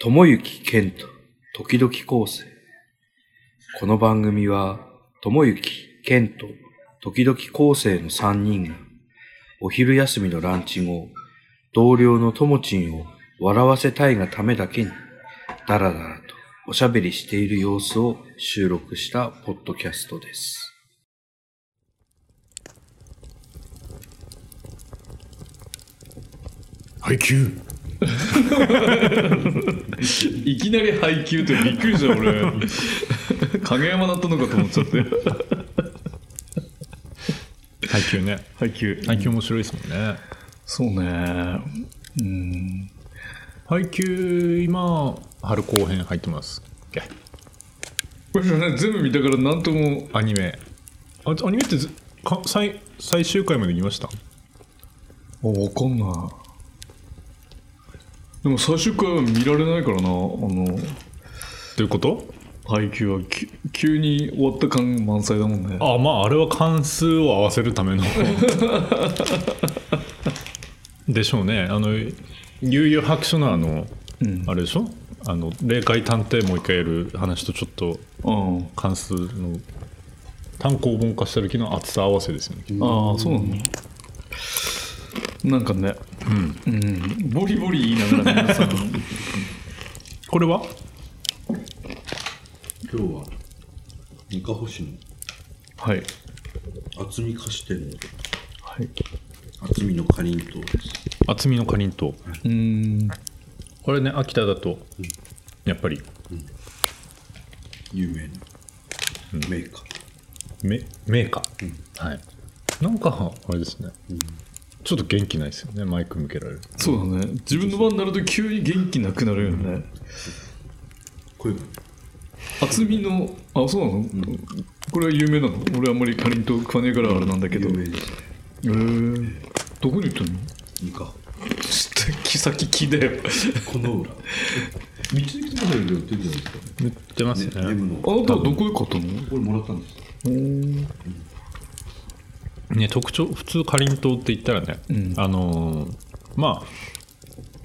友幸健と時々構成。この番組は、友幸健と時々構成の3人が、お昼休みのランチ後、同僚のともちんを笑わせたいがためだけに、だらだらとおしゃべりしている様子を収録したポッドキャストです。配給いきなり配給ってびっくりした俺 影山だったのかと思っちゃって配給ね配給配給面白いですもんね、そうねうん配給今春後編入ってますっけこれね全部見たからなんともアニメあアニメってずか最最終回まで行きました分かんないでも最終回は見られないからなあのということ配給はき急に終わった感満載だもんねあまああれは関数を合わせるため のでしょうねあの悠々白書のあの、うんあれでしょあの霊界探偵もう一回やる話とちょっとうん関数の単行本化した時の厚さ合わせですよねああそうなんだなんかねうん、ボリボリ言いながら皆さん これは今日は三河星はいの厚み貸してのはい厚みのかりんとうです厚みのかりんとううんこれね秋田だとやっぱり有名なメーカー、メメーカー、はいなんかあれですね、ちょっと元気ないですよねマイク向けられるそうだね自分の番になると急に元気なくなるよね声がね厚みのあそうなの、これは有名なの俺あんまりかりんとう食わねえからあれなんだけど有へ名ですえどこに売ってんの三河ちょっと木先木だよこの裏道の駅とかで売ってるじゃないですか言ってますねね M あのなたはどこへ買ったのこれもらったんですよね特徴普通かりんとうって言ったらね、あのーまあ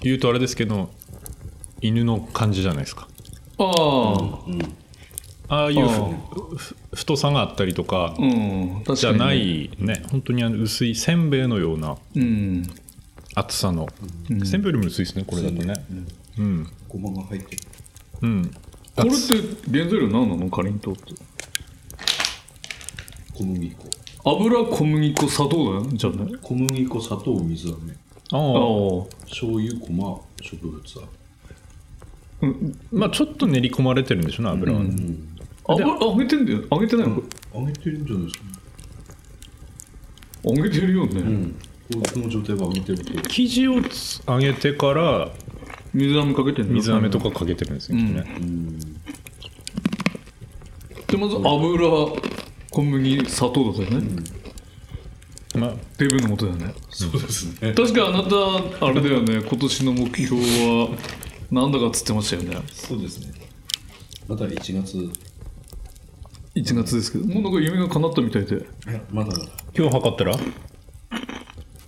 言うとあれですけど犬の感じじゃないですかああああいうあふふ太さがあったりとか、うん、確かにじゃなねいね本当にあの薄いせんべいのようなうん厚さの、せんべいよりも薄いですねこれだとねうんごまが入ってるうんこれって原材料何なのかりんとうって小麦粉油小麦粉砂糖だよじゃあね小麦粉砂糖水飴ああああ醤油ごま植物油まあちょっと練り込まれてるんでしょうね油はね、油揚げてんだよ揚げてないの揚げてるんじゃないですかね揚げてるよね、うんこの状態は揚げてると生地をつ揚げてから水飴かけてんの水飴とかかけてるんですよね、でまず油小麦砂糖だったよね、まあデブのもとだよねそうですね確かあなたあれだよね今年の目標はなんだかっつってましたよねそうですねまだ1月い1月ですけどもうなんか夢が叶ったみたいでやまだまだ今日測ったら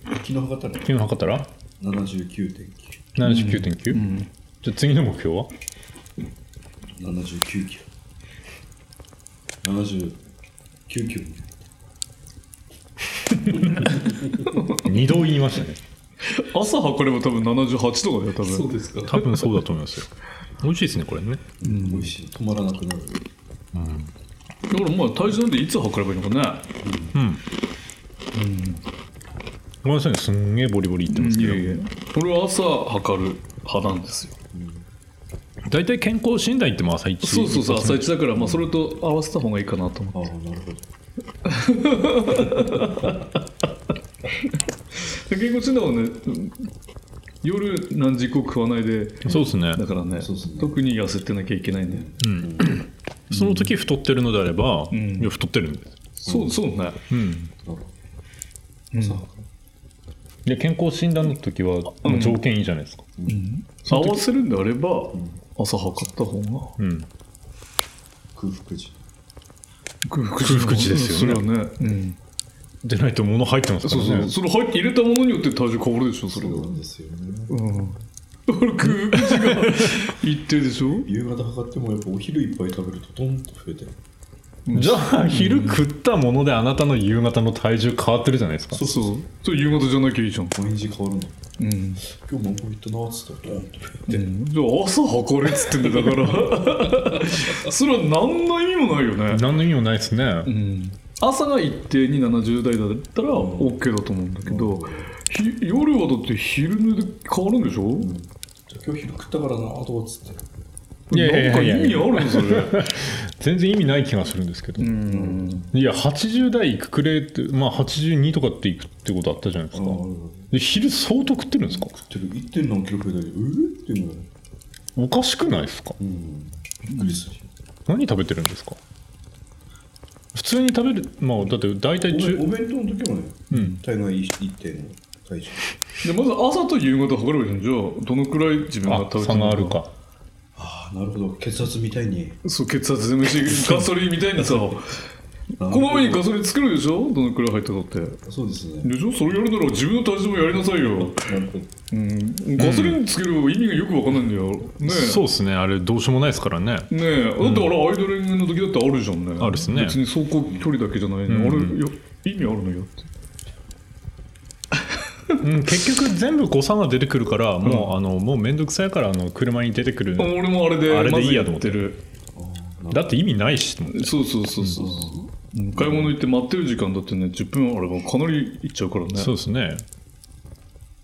昨日測ったら今日測ったら79.9 79.9、じゃあ次の目標は79キロ79キロになる2度言いましたね朝測れば多分78とかだよ多分そうですか多分そうだと思いますよ美味しいですねこれね美味しい止まらなくなるだからまあ体重なんていつ測ればいいのかねごめんなさいねすんげえボリボリいってますいけど、やいや俺は朝測る派なんですよ大体健康診断行っても朝一そうそうそう朝一一だからまあそれと合わせた方がいいかなと思ってああなるほどで健康診断はねうん夜何時以降食わないで発そうですねだからねそうっすね特に痩せてなきゃいけないんだよ、その時太ってるのであれば、いや太ってるんですそうそうねうんなるで健康診断の時はまあ条件いいじゃないですか、合わせるんであれば朝測った方がうん、空腹時空空腹時ですよねねそれはね、うん、でないと物入ってますかそらうねそうそれ入って入れたものによって体重変わるでしょそれそうはなんですよねうん歩く口が言ってるでしょ夕方測ってもやっぱお昼いっぱい食べるとトンと増えてるじゃあ昼食ったものであなたの夕方の体重変わってるじゃないですかそうそうそれ夕方じゃなきゃいいじゃん毎日変わるのうん今日もこ行ったなっつったらトンと増えてるじゃあ朝測れっつってんだよだからそれは何の意味もないよね何の意味もないですね、うん朝が一定に70代だったら OK だと思うんだけど、ひ夜はだって昼寝で変わるんでしょ、じゃあ今日昼食ったからなとかっつっていやいやいやいやなんか意味あるのそれ全然意味ない気がするんですけど、うんいや80代いくくれってまあ82とかっていくってことあったじゃないですか、で昼相当食ってるんですかてる 1. 点何キロ増えたけどうえっていうのがおかしくないですかうんびっくりする何食べてるんですか普通に食べるまあだって大体お10弁お弁当の時もねうん大概1点の体重でまず朝と夕方測ればいいじゃんじゃあどのくらい自分があ食べて差があるかあなるほど血圧みたいにそう血圧で飯ガソリンみたいなさこの前にガソリン作るでしょどのくらい入ったかってそうですねでしょそれやるなら自分の体重もやりなさいよ、なるほどうん、ガソリンつければ意味がよくわかんないんだよねえそうですねあれどうしようもないですからねねえだってあれアイドリングの時だってあるじゃんねあるっすね別に走行距離だけじゃないね、うんあれいや意味あるのよってうん、結局全部誤差が出てくるからもう、あのもうめんどくさいからあの車に出てくる、あ俺もあれであれでいいやまずやってるだって意味ないしと思ってそうそうそうそう、うん買い物行って待ってる時間だってね10分あればかなり行っちゃうからねそうですねだっ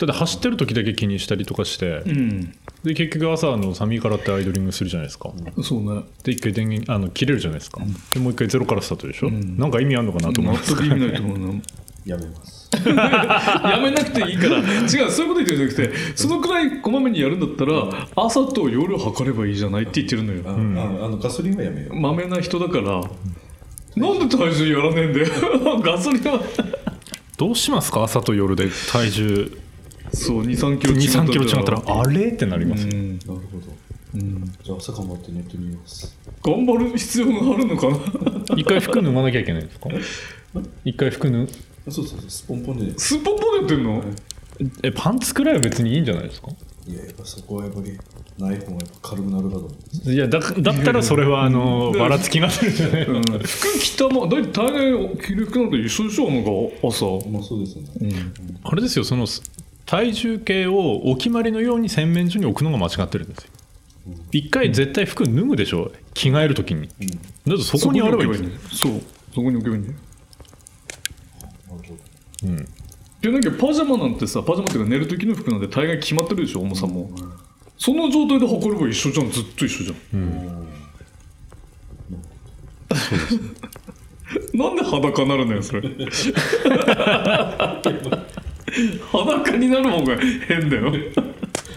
て走ってる時だけ気にしたりとかして、うんで結局朝あの寒いからってアイドリングするじゃないですか、でそうね一回電源あの切れるじゃないですか、でもう一回ゼロからスタートでしょ、んなんか意味あるのかなと思って全く意味ないと思うなやめますやめなくていいから違うそういうこと言ってるんじゃなくてそのくらいこまめにやるんだったら朝と夜測ればいいじゃないって言ってるのよ、あ,、ああのガソリンはやめようまめな人だから、なんで体重やらねえんだよ ガソリンは どうしますか朝と夜で体重そう23キロ23キロ違ったらあれってなります、うんなるほどじゃあ朝頑張って寝てみます頑張る必要があるのかな一回服脱がなきゃいけないんですか一回服脱あそうそうそうスポンポンでスッポンポンやってんのえパンツくらいは別にいいんじゃないですかいややっぱそこはやっぱりない方がやっぱ軽くなるかと思っていやだだったらそれはあのばらつきが出るじゃないうん服着たまだいたい大概着る服なんて一緒でしょなんか朝まあそうですね、 あれですよそのす体重計をお決まりのように洗面所に置くのが間違ってるんですよ一回絶対服脱ぐでしょ着替えるときにだとそこにあればいいんですよそうそこに置けばいいんだよなるほどうんでなんかパジャマなんてさパジャマっていうか寝る時の服なんて大概決まってるでしょ重さも、その状態で測れば一緒じゃんずっと一緒じゃん、 なんで裸になるのよそれ裸になる方が変だよ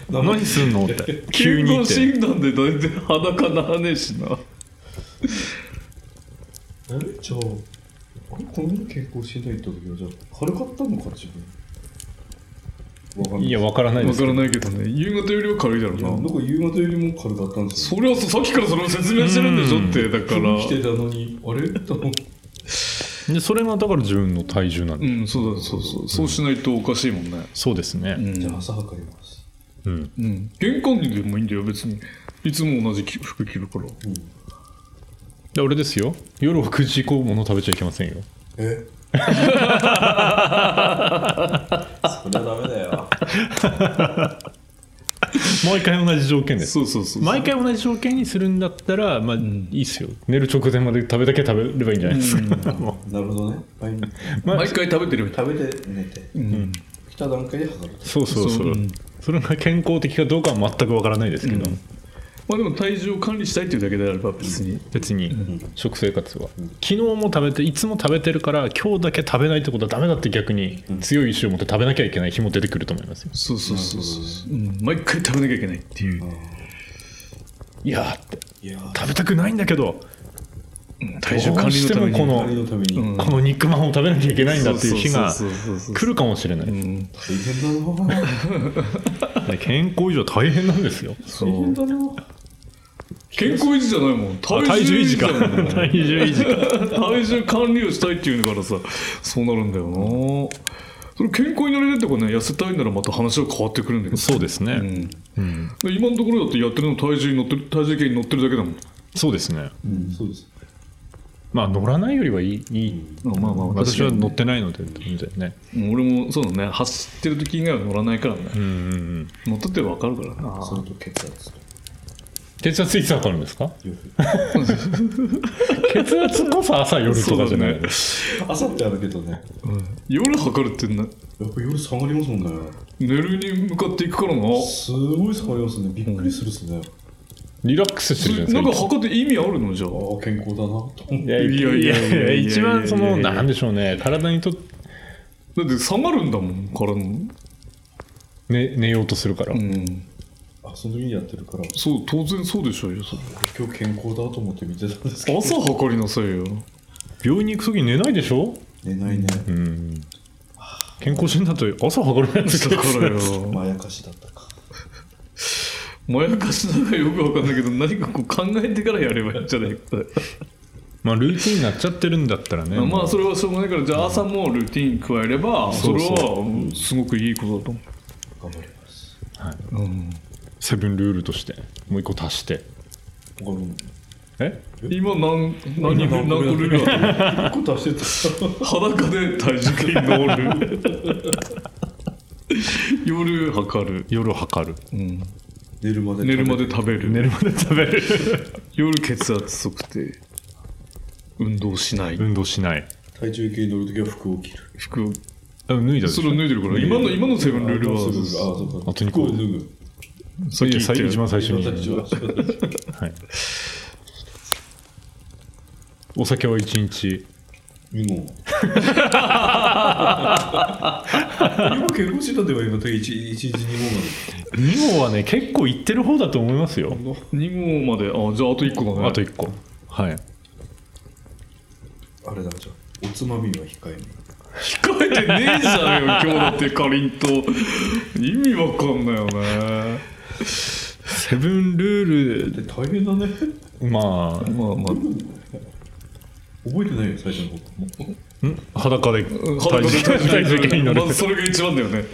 何すんの って急に健っ康て診断で大体裸ならねえしなえじゃああれこの前健康診断行った時はじゃあ軽かったのか自分わかんないいやわからないでわすかけどらないけどね夕方よりは軽いだろうなんなか夕方よりも軽かったんですよそりゃそうさっきからそれを説明してるんでしょってだか来てらたのにあれと思ってでそれがだから自分の体重なんうでんそうだそうそうそうしないとおかしいもんねそうですねじゃあ朝測りますうんうん、玄関にでもいいんだよ別にいつも同じ服着るからで俺ですよ夜9時以降もの食べちゃいけませんよえそりゃダメだよ毎回同じ条件ですそうそうそう毎回同じ条件にするんだったらまあいいっすよ寝る直前まで食べだけ食べればいいんじゃないですか、もなるほどね毎日うまあ毎回食べてるみたい食べて寝て、来た段階で測る そうそうそうそ,、れが健康的かどうかは全くわからないですけど、まあでも体重を管理したいっていうだけであれば別に別に食生活は、昨日も食べていつも食べてるから今日だけ食べないってことはダメだって逆に強い意志を持って食べなきゃいけない日も出てくると思いますよ、そうそうそうそう、うん、毎回食べなきゃいけないっていういやーっていやー食べたくないんだけど体重管理のためどうにしてもこの管理のために、うんこの肉まんを食べなきゃいけないんだっていう日がそうそうそうそうそう来るかもしれない、うん大変だなで健康以上大変なんですよそ大変うだな健康維持じゃないもんあ体重維持 か体重維持か体重管理をしたいっていうからさそうなるんだよなそれ健康になれるとかね痩せたいならまた話は変わってくるんだけどそうですね、うんうんで今のところだってやってるの体重に乗ってる体重計に乗ってるだけだもんそうですねうん、そうです。まあ乗らないよりはいいいいまあまあ私は乗ってないのでみたいなねもう俺もそうだね走ってる時以外は乗らないからねうんうんうん乗ってて分かるからなそれと血圧と血圧いつ測るんですか両方。血圧こそ朝夜とかじゃない、朝ってあるけどね。夜測るってなやっぱ夜下がりますもんね。寝るに向かっていくからなすごい下がりますね。びっくりするっすね。リラックスしてるじゃないなんでかすか測って意味あるのじゃあああ、健康だなと。いやいやいやいや一番そいのやいやいやなんでしょうね体にとってだって下がるんだもんからの寝寝ようとするから、うんあ、その時にやってるから、そう当然そうでしょう よそれ今日健康だと思って見てたんですけど。朝測りなさいよ病院に行く時に寝ないでしょ、寝ないね。うん、健康診断って朝測れないですだからよまやかしだったか。まやかしなのかよくわかんないけど何かこう考えてからやればいいんじゃないか まあルーティンになっちゃってるんだったらね、まもあうそれはしょうがないからじゃあ朝もルーティン加えればそそうれそうはうんすごくいいことだと思頑張ります。う、うんセブンルールとしてもう一個足して他にも。え今何何何個ルールある一個出してた。裸で体重計に乗る 夜測る、夜測るうん、寝るまで。寝るまで。食べる寝るまで食べる夜血圧測定運動しない運動しない体重計に乗るときは服を着る。服あ脱いだでしそょれを脱いでるから今の今のセブンルールあはそうか。あと二個服を脱ぐ。さっき言ったいやよ一番最初に、私ははい、お酒は一日二問。今健康診断では今一日一日二問まで。 2号はね結構いってる方だと思いますよ2号まであじゃああと1個だねあと1個はいあれだじゃあおつまみは控えめ控えてねえじゃんよ今日だってかりんと意味わかんないよねセブンルーで大変だねルままあまあ覚えてないよ最初のこともあん裸で裸で体重計に乗るまずそれが一番だよね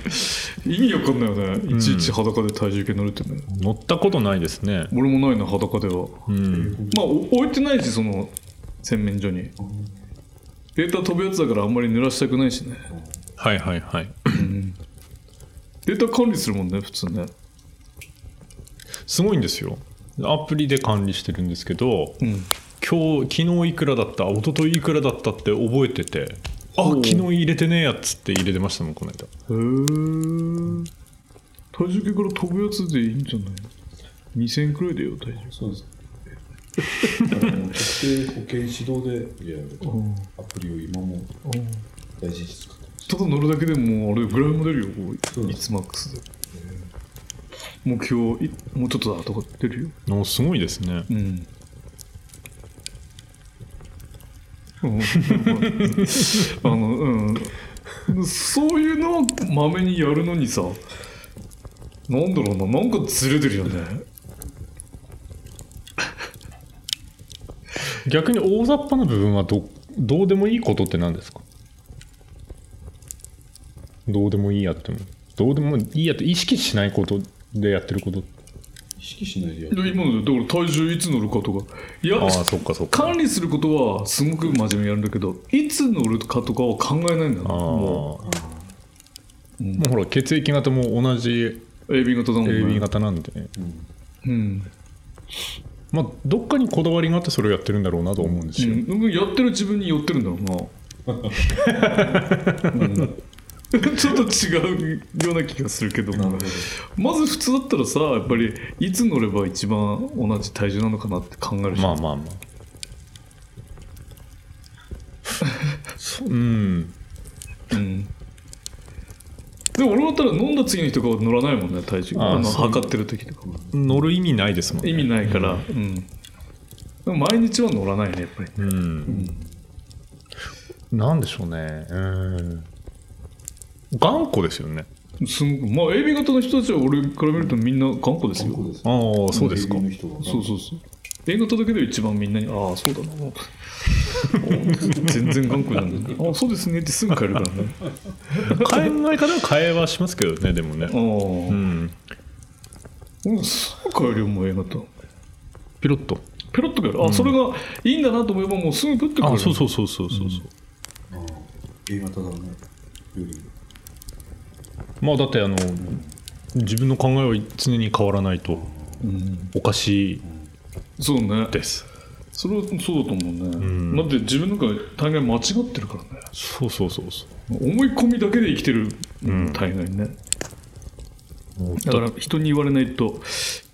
意味わかんないよねいちいち裸で体重計乗るってね、 乗ったことないですね俺もないな裸ではうんまあお置いてないしその洗面所にデータ飛ぶやつだからあんまり濡らしたくないしねはいはいはいデータ管理するもんね普通ねすごいんですよアプリで管理してるんですけどうん今日昨日いくらだった一昨日いくらだったって覚えててあおう昨日入れてねえやっつって入れてましたもんこの間へえ体重計から飛ぶやつでいいんじゃない2000くらいだよ体重そうですあの決して保険指導でやるとアプリを今も大事に使ってますただ乗るだけでもうあれぐらいも出るよこうそうでいつマックスで目標いもうちょっとだとか出るよのすごいですねうんあのうんそういうのはまめにやるのにさなんだろうななんかずれてるよね逆に大雑把な部分はどどうでもいいことって何ですかどうでもいいやってもどうでもいいやって意識しないことでやってること意識しないでやでる今のでだから体重いつ乗るかとかいやああそっかそっか管理することはすごく真面目にやるんだけどいつ乗るかとかは考えないんだよああももうほら血液型も同じう AB 型だもんね AB 型なんで、うんまあ、どっかにこだわりがあってそれをやってるんだろうなと思うんですよ、うん、やってる自分に寄ってるんだろうな、うん ちょっと違うような気がするけどなるもほどまず普通だったらさやっぱりいつ乗れば一番同じ体重なのかなって考えるじゃまん、あまあ まあそううんうん、でも俺だったら飲んだ次の日とかは乗らないもんね体重あああのそう測ってる時とかは乗る意味ないですもんね意味ないから、うんでも毎日は乗らないねやっぱりうん、なんでしょうねうん頑固ですよねすごくまあ AB 型の人たちは俺から見るとみんな頑固ですよそうですああそうですかの人はそうそうそう映画届けで一番みんなに「ああそうだな」もう 全然頑固なんだ、ね、ああそうですねってすぐ帰るからね考え方は変えはしますけどねでもねああ、うんうん、すぐ帰るよもう映画とピロッとペロッと帰るあ、それがいいんだなと思えばもうすぐプッて帰るあそうそうそうそうそうそう、ああ A 型だねよりまあだってあの自分の考えは常に変わらないとうんおかしいそうねですそれはそうだと思うね、んだって自分なんか大概間違ってるからねそうそうそうそう思い込みだけで生きてる、うん大概ねだから人に言われないと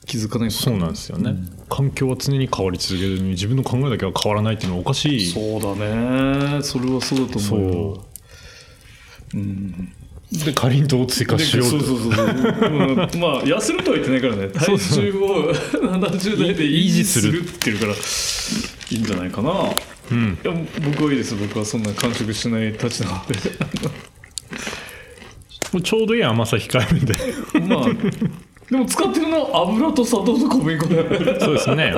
気づかないことそうなんですよね、環境は常に変わり続けるのに自分の考えだけは変わらないっていうのはおかしいそうだねそれはそうだとそ思うよううんでかりんとうを追加でしそうようそうとそうそう、うんまあ痩せるとは言ってないから ね体重を 70代で維持するっていうからいいんじゃないかないうんや僕はいいです僕はそんな完食しないたちなのでもうちょうどいい甘さ控えめでまあでも使ってるのは油と砂糖と小麦粉だよねそうですね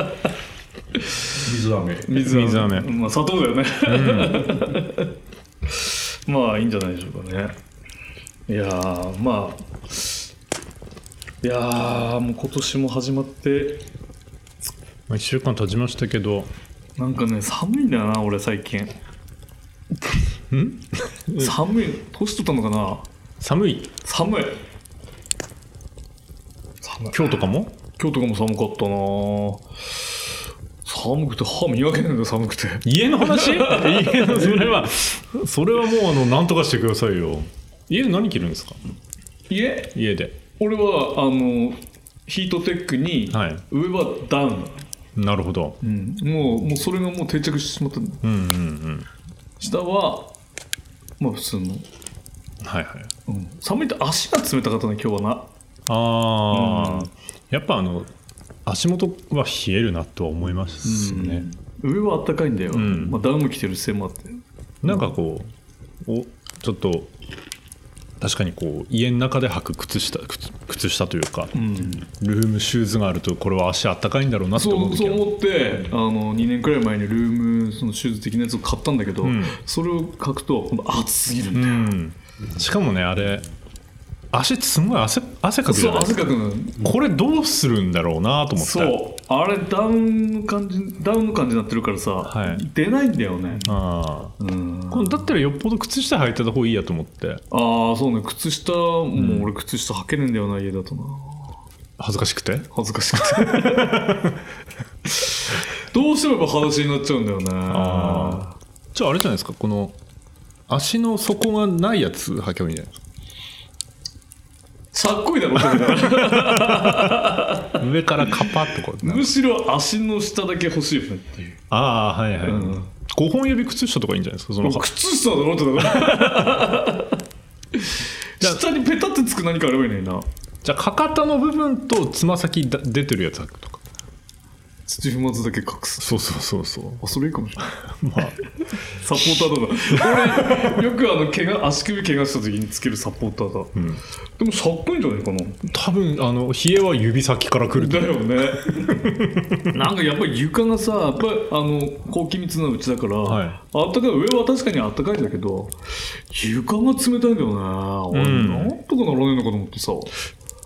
水飴水飴水飴まあ砂糖だよね、 まあいいんじゃないでしょうかねいやーまあいやーもう今年も始まってまあ1週間経ちましたけどなんかね寒いんだよな俺最近寒い年取ったのかな寒い寒い寒い今日とかも今日とかも寒かったな寒くて歯磨けないんだよ寒くて家の話 家のそれはそれはもうあの何とかしてくださいよ家で何着るんですかいえ家で俺はあのヒートテックにはい上はダウン、なるほどうんもうもうそれがもう定着してしまったんだうんうんうん下はまあ普通の、はいはいうん、寒いと足が冷たかったね今日はああ、うんやっぱあの足元は冷えるなとは思いますね、な上は暖かいんだよ、んまあ、ダウン着てるせいもあってなんかこうおちょっと確かにこう家の中で履く靴下靴靴下というか、うんルームシューズがあるとこれは足あったかいんだろうなってそ思うう時そうは思ってあの2年くらい前にルームそのシューズ的なやつを買ったんだけど、うんそれを書くと今度暑すぎるんだうよ、んしかもねあれ足ってすごい汗汗かくじそゃうないです汗かかくのこれどうするんだろうなと思ってそうあれダウンの感じダウンの感じになってるからさ、はい出ないんだよね、ああうん、これだったらよっぽど靴下履いてた方がいいやと思ってああそうね靴下もう俺靴下履けねえんだよな家だとな恥ずかしくて恥ずかしくて どうしてもやっぱ裸足になっちゃうんだよねあじゃああれじゃないですかこの足の底がないやつ履けばいいんじゃないですしゃっこいだろそれ か上からカパッとこうむしろ足の下だけ欲しいよねっていうああはいはい、うん五5本指靴下とかいいんじゃないですかその靴下だろって だからじゃあ下にペタってつく何かあればいいのになじゃあかかとの部分とつま先だ出てるやつ履くとか土踏まずだけ隠すそうそうそうそうあそれいいかもしれない まあサポーターだな俺よくあの怪我足首怪我した時につけるサポーターだ、んでもしゃっこいんじゃないかな多分あの冷えは指先からくるとだよね なんかやっぱり床がさやっぱりあの高気密なうちだから、はいあったかい上は確かにあったかいんだけど床が冷たいんだよね、うん俺なんとかならねえのかと思ってさ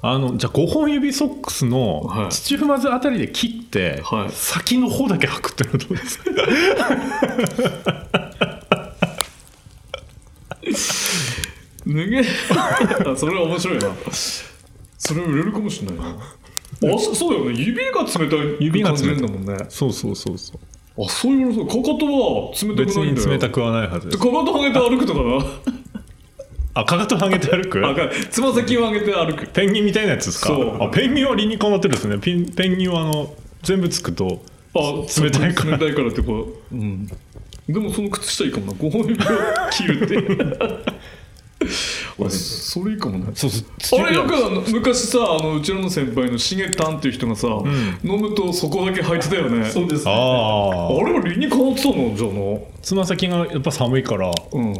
あのじゃあ5本指ソックスはのい土踏まずあたりで切って、はい先の方だけ履くってのはどうですか脱げあ それは面白いなそれ売れるかもしれないなあそそうだよね指が冷たい指が冷感たいじるんだもんねそうそうそうそうあそういうことかかとは冷た 別くないんだによ冷たくくはないはずですかかとはげて歩くとかあかかとはげて歩くなあかんつま先を上げて歩くペンギンみたいなやつですかそうあペンギンは理にかなってるんですねペンペンギンはあの全部つくとあ冷たいから冷たいからってこう、うん、でもその靴下いいかもな5本指を切るって あそれいいかもねそうそう俺よくあの昔さあのうちらの先輩のしげたんっていう人がさ、飲むとそこだけ履いてたよねそうですねあああれは理にかなってたのじゃあなつま先がやっぱ寒いからうん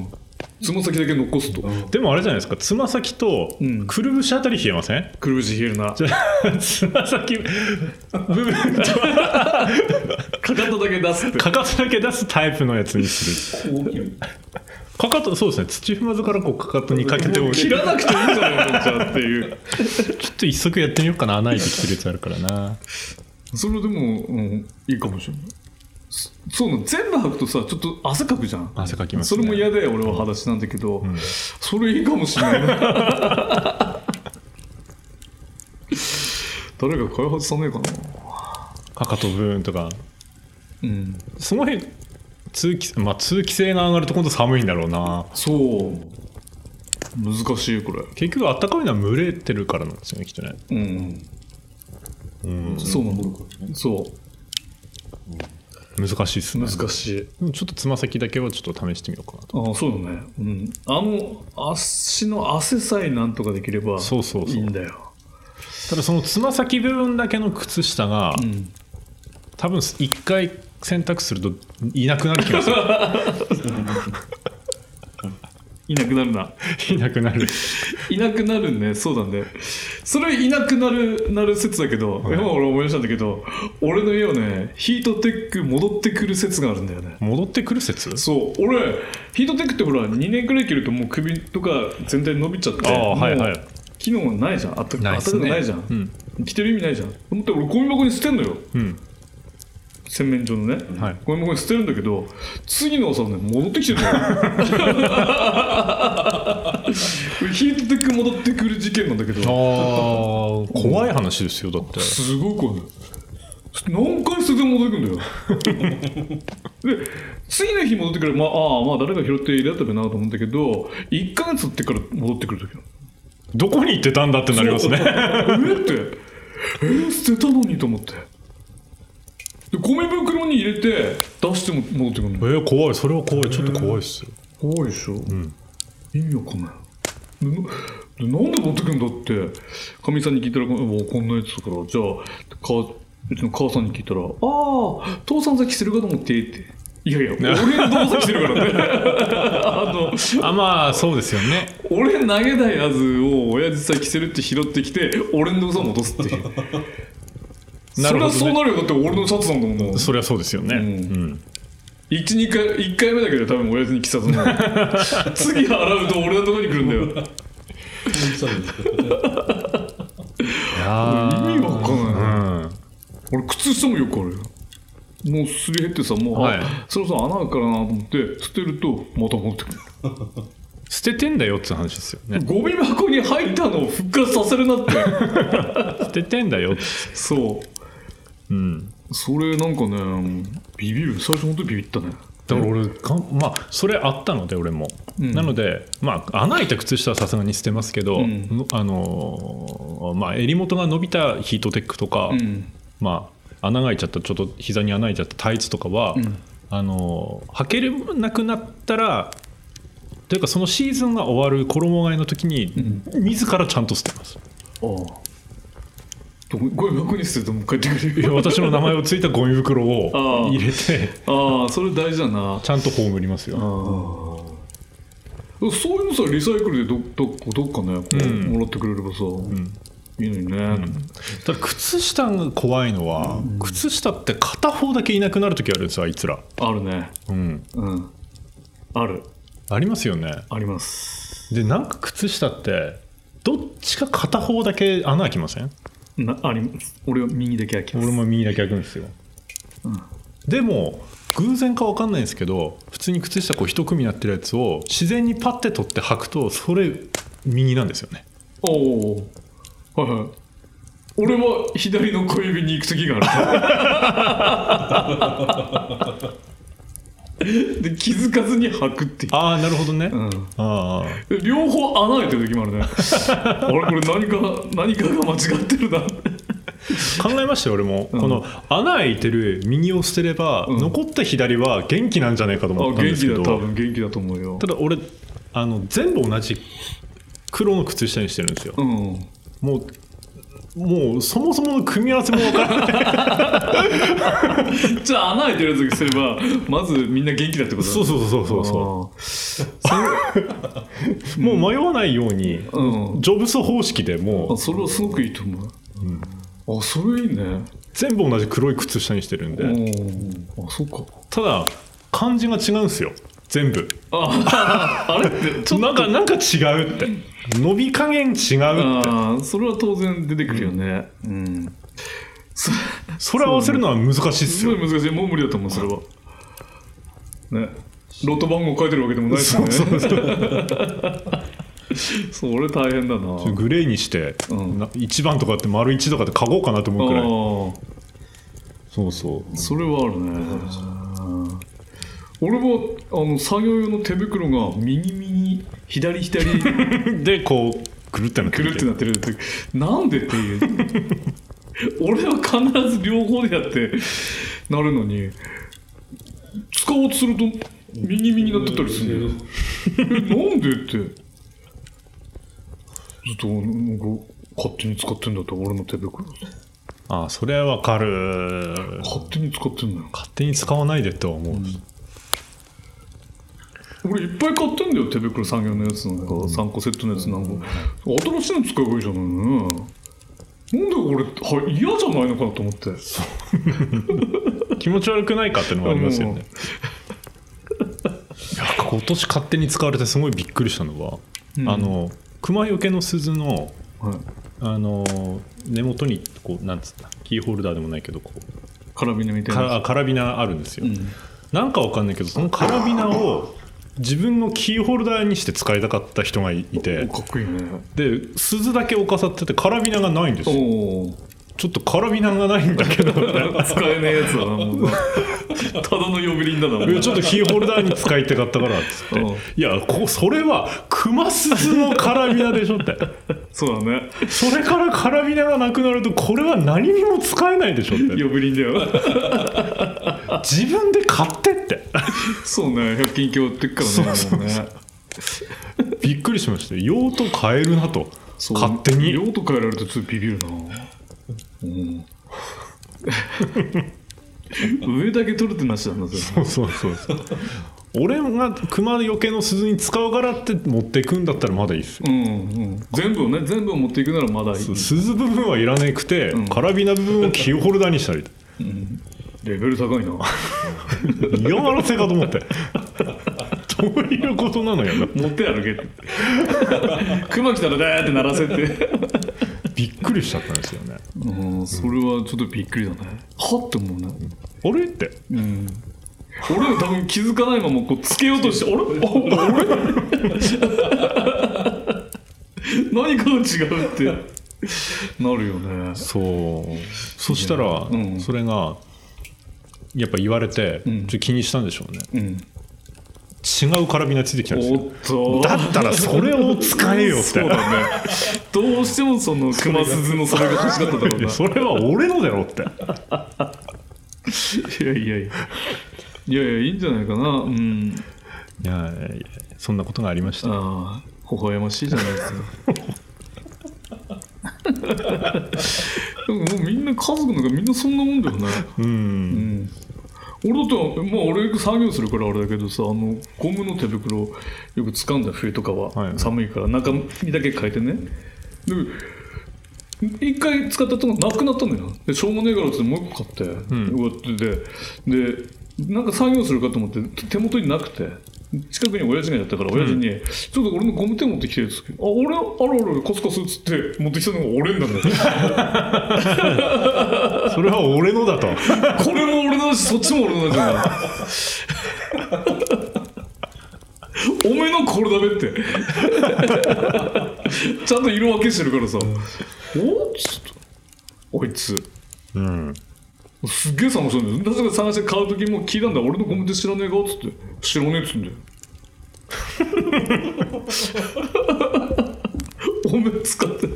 つま先だけ残すとでもあれじゃないですかつま先とうんくるぶしあたり冷えません、くるぶし冷えるなつま先部分とかかとだけ出すってかかとだけ出すタイプのやつにするこう切る。かかとそうですね土踏まずからこうかかとにかけておいて切ちょらなくていいんじゃないのじゃあっていうっと一足やってみようかな穴開いてきてるやつあるからなそれでも、うん、いいかもしれないそそうなの全部履くとさちょっと汗かくじゃん汗かきますそねれも嫌で俺は裸足なんだけど、んそれいいかもしれ ないな誰が開発さねえかなかかとブーンとかうんその辺通気まあ通気性が上がると今度寒いんだろうなそう難しいこれ結局あったかいのは蒸れてるからなんですよねきっとねうんうんそうなんだそ難しいっすうね難しいでもちょっとつま先だけはちょっと試してみようかなとああそうだねうんあの足の汗さえなんとかできればそうそうそういいんだよただそのつま先部分だけの靴下が、ん多分一回洗濯するといなくなる気がするいなくなるないなくなるいなくなるね、そうだね。それいなくなる、なる説だけど、い今俺思い出したんだけど、俺の家はね、ヒートテック戻ってくる説があるんだよね。戻ってくる説そう、俺、ヒートテックってほら、2年くらい着るともう首とか全体伸びちゃって、ああはいはいもう機能がないじゃん。あったかっあったかくないじゃん。うん、着てる意味ないじゃん。思って俺ゴミ箱に捨てんのよ。うん、洗面所のね、はいゴミ箱に捨てるんだけど次の朝ね戻ってきて るんだよヒートテック戻ってくる事件なんだけどあー怖い話ですよだってすごい怖い何回捨てて戻ってくんだよで次の日戻ってくるまあああまあ誰か拾って入れたべなと思うんだけど1ヶ月経ってから戻ってくる時どこに行ってたんだってなりますねえってえー捨てたのにと思ってでゴミ袋に入れて出しても戻ってくるのえー怖いそれは怖いちょっと怖いっすよ怖いでしょ、意味わかんないでなでなんで持ってくんだってかみさんに聞いたらわかんないやつだからじゃあかうちの母さんに聞いたら「ああ父さん先するかと思って」って「いやいや 俺の父さんしてるからね あのあまあそうですよね俺投げたやつを親父さ着せるって拾ってきて俺の父さん戻すっていう なそるほどれねはそうなるよだって俺のシャツなんだもんなそりゃそうですよね、うんうん一二回一回目だけど多分親父に着させない次払う と俺のとこに来るんだよいやー意味わかんないうん俺靴下もよくあるよもうすり減ってさもう、はいあそろそろ穴開くからなと思って捨てるとまた戻ってくる捨ててんだよって話ですよねゴミ箱に入ったのを復活させる なって捨ててんだよってそうんうそれなんかねもうビビる最初本当にビビったねだから俺かまあそれあったので俺も、うんなのでまあ穴開いた靴下はさすがに捨てますけど、うんのあのーまあ襟元が伸びたヒートテックとか、うんまあ穴が開いちゃったちょっと膝に穴開いちゃったタイツとかは、うんあのー履けれなくなったらというかそのシーズンが終わる衣替えの時に、自らちゃんと捨てますああゴミゴミ箱に捨てるともう帰ってくいるやよ私の名前をついたゴミ袋をあー入れてああそれ大事だなちゃんと葬りますよそういうのさリサイクルでどどどっかねこううんもらってくれればさ、いいのにね、ただ靴下が怖いのは、靴下って片方だけいなくなる時あるんですよあいつら、あるねうん、うんあるありますよねありますでなんか靴下ってどっちか片方だけ穴開きませんなあります俺は右だけ開きます俺も右だけ開くんですよ、でも偶然か分かんないんですけど普通に靴下こう一組になってるやつを自然にパッて取って履くとそれ右なんですよねおおーはいはい俺は左の小指に行く時があ るで気づかずに履くっていうああなるほどね、うんああで両方穴開いてる時もある ねあれこれ何か何かが間違ってるな考えましたよ俺も、この穴開いてる右を捨てれば、ん残った左は元気なんじゃないかとあ思ったん元です気けだど多分元気だと思うよただ俺あの全部同じ黒の靴下にしてるんですよ、うんもうもうそもそもの組み合わせも分 からないじゃあ穴開いてるやつすればまずみんな元気だってことだそうそうそうそうそあーうもう迷わないように、うんジョブス方式でもあそれはすごくいいと思う、あそれいいね全部同じ黒い靴下にしてるんで、あそっかただ漢字が違うんですよ全部ああれってちょっなんかなんか違うって伸び加減違とうってあーそれは当然出てくるよねうんそそれ合わせるのは難しいっすすよごい難しいもう無理だと思うそれはねロット番号書いてるわけでもないですよねそうそうそれ大変だなちょっとグレーにして、うんな1番とかって丸1とかって書こうかなと思うくらいああそうそうそれはあるね俺はあの作業用の手袋が右右左左でこうくるってなってくるるってなってる時なんでっていう俺は必ず両方でやってなるのに使おうとすると右右になってたりするんだよなんでってずっとなんか勝手に使ってんだって俺の手袋あそれはわかる勝手に使ってんだよ勝手に使わないでとは思う、俺いっぱい買ってんだよ手袋産業のやつなんか3個セットのやつなんか新しいの使えばいいじゃないのねなんで俺は嫌じゃないのかなと思って 気持ち悪くないかってのがありますようんねいや今年勝手に使われてすごいびっくりしたのは、うんあの熊よけの鈴のはいあの根元にこうなんつったキーホルダーでもないけどこうカラビナみたいなかやあカラビナあるんですよ、つうんなんかわかんないけどそのカラビナを自分のキーホルダーにして使いたかった人がいておかっこいいねで鈴だけ置かさっててカラビナがないんですおよ おちょっとカラビナがないんだけど 使えねえやつだなもうなただの呼び鈴だなもういやちょっとキーホルダーに使いたかったからっつってうんいやこそれは熊鈴のカラビナでしょってそうだねそれからカラビナがなくなるとこれは何にも使えないでしょって呼び鈴だよ自分で買ってってそうね百均行ってっからねそうそうそうもねびっくりしました用途変えるなとそう勝手に用途変えられるとちょっとビビるなうん上だけ取るってなしなんだぜそうそうそうそう俺が熊よけの鈴に使うからって持ってくんだったらまだいいっすようんうん全部をね全部を持っていくならまだいい鈴部分はいらなくて、んカラビナ部分をキーホルダーにしたりレベル高いな嫌がらせかと思ってどういうことなのやな持って歩けって熊来たらダーって鳴らせってびっくりしちゃったんですよねうんそれはちょっとびっくりだねはって思うねあれってうん俺ら多分気づかないままこうつけようとして「あれああれ何かが違う」ってなるよねそうそしたら、うんそれがやっぱ言われて、んちょっと気にしたんでしょうねうん違うカラビナついてきたんですおよっとだったらそれを使えよってそうだねどうしてもその熊鈴のそれが欲しかっただろいうなやそれは俺のだろっていやいやいや。いやいや、いいんじゃないかな。うん。いやいやいやそんなことがありましたああ、微笑ましいじゃないですか。 でももうみんな家族なんかみんなそんなもんだよね。ううんん。俺だって、まあ俺作業するからあれだけどさ、あの、ゴムの手袋をよく掴んだ冬とかは、はいはい寒いから中身だけ変えてね。で、一回使ったとこなくなったのよ。で、しょうがねえからっつってもう一個買って、んこうやってて、で、なんか作業するかと思って手元になくて、近くに親父がやったから親父に、ちょっと俺のゴム手持ってきてるっつって、あ、俺、あるあるある、コスコスっつって持ってきたのが俺なんだよ。それは俺のだとこれも俺のだしそっちも俺のだじゃんおめえのこれだべってちゃんと色分けしてるからさ、おっつってあいつうんすっげえ探したんだよだから探して買う時も聞いたんだ俺のゴム手知らねえかっつって知らねえっつうんだよおめえ使って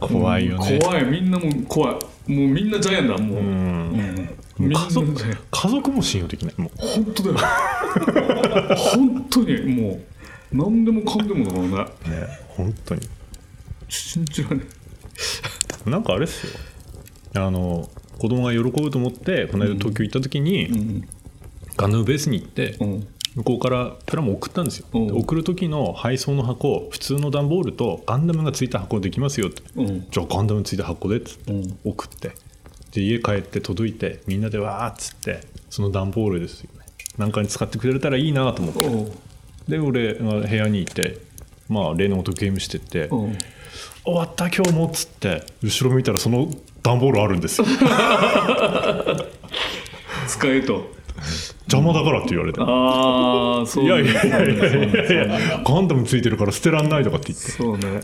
怖いよね怖いみんなもう怖いもうみんなジャイアンだもう、うんみんな家ジャイアン族家族も信用できないもう本当だよ 本当にもう何でもかんでもだからねね本当に信じられないなんかあれっすよあの子供が喜ぶと思ってこの間東京行った時に、んガンダムベースに行って、うん向こうからプラモ送ったんですよ、うんで送る時の配送の箱普通の段ボールとガンダムがついた箱できますよってうんじゃあガンダムついた箱でっつってうん送ってで家帰って届いてみんなでわーっつってその段ボールですよねなんかに使ってくれたらいいなと思ってうんで俺が部屋にいてまあ例の音ゲームしててうん終わった今日もっつって後ろ見たらその段ボールあるんですよ使えと邪魔だからって言われてああそういいやいやいやいやいやいやガンダムついてるから捨てらんないとかって言ってそうね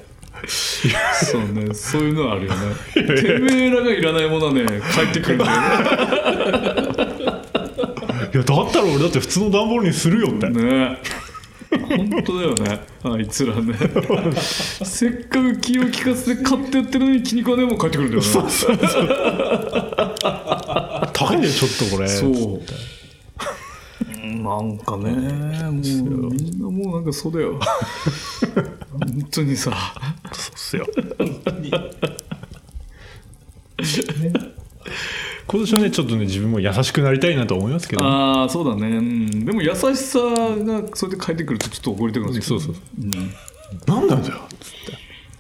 そうねそういうのあるよねてめえらがいらないものはね帰ってくるんだよねいやだったら俺だって普通の段ボールにするよって、ね本当だよねあいつらねせっかく気を利かせて買ってやってるのに気に食わねえもん帰ってくるんだよねそう高いねちょっとこれ なんかねもうみんなもうなんかそう だよ本当にさそうっすよね今年はねちょっとね自分も優しくなりたいなと思いますけどね、ああそうだね、うん、でも優しさがそれで帰ってくるとちょっと怒りたくなっちゃうそうそうそうんなんなんだよ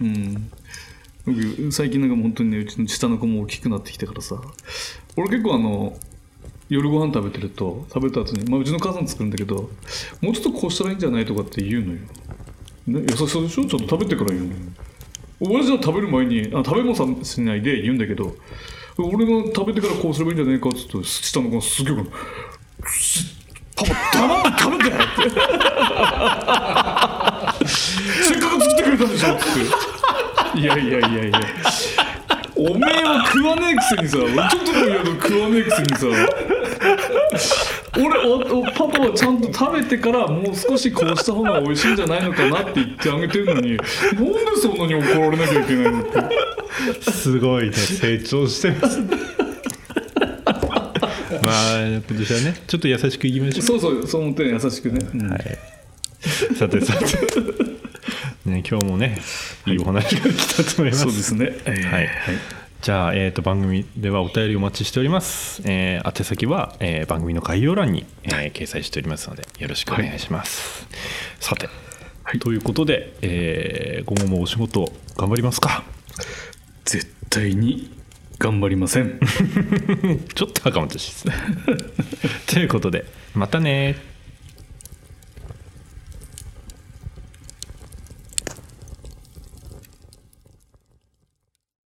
うん、僕最近なんかもう本当にねうちの下の子も大きくなってきたからさ俺結構あの夜ご飯食べてると食べた後に、まあ、うちの母さん作るんだけどもうちょっとこうしたらいいんじゃないとかって言うのよ、ね、優しさでしょちょっと食べてから言うのよ俺じゃあ食べる前にあ食べもさしないで言うんだけど俺が食べてからこうすればいいんじゃないかっつって下の子がすげえ怒るパパ黙って食べてせっかく作ってくれたんでしょっていやいやいやいやおめえは食わねえくせにさ俺ちょっとでも嫌だ食わねえくせにさ俺おおパパはちゃんと食べてからもう少しこうした方が美味しいんじゃないのかなって言ってあげてるのになんでそんなに怒られなきゃいけないのってすごいね成長してます まあ今年はねちょっと優しくいきましょそうそうそう思って優しくね、うんうさてさてね今日もねいいお話が来たと思いますそうですね、はい、じゃあ、えー、と番組ではお便りお待ちしております、えー、宛先は、えー番組の概要欄に、えー掲載しておりますのでよろしくお願いします、さて、ということで、えー午後もお仕事頑張りますか絶対に頑張りませ んちょっと赤ましいですねということでまたね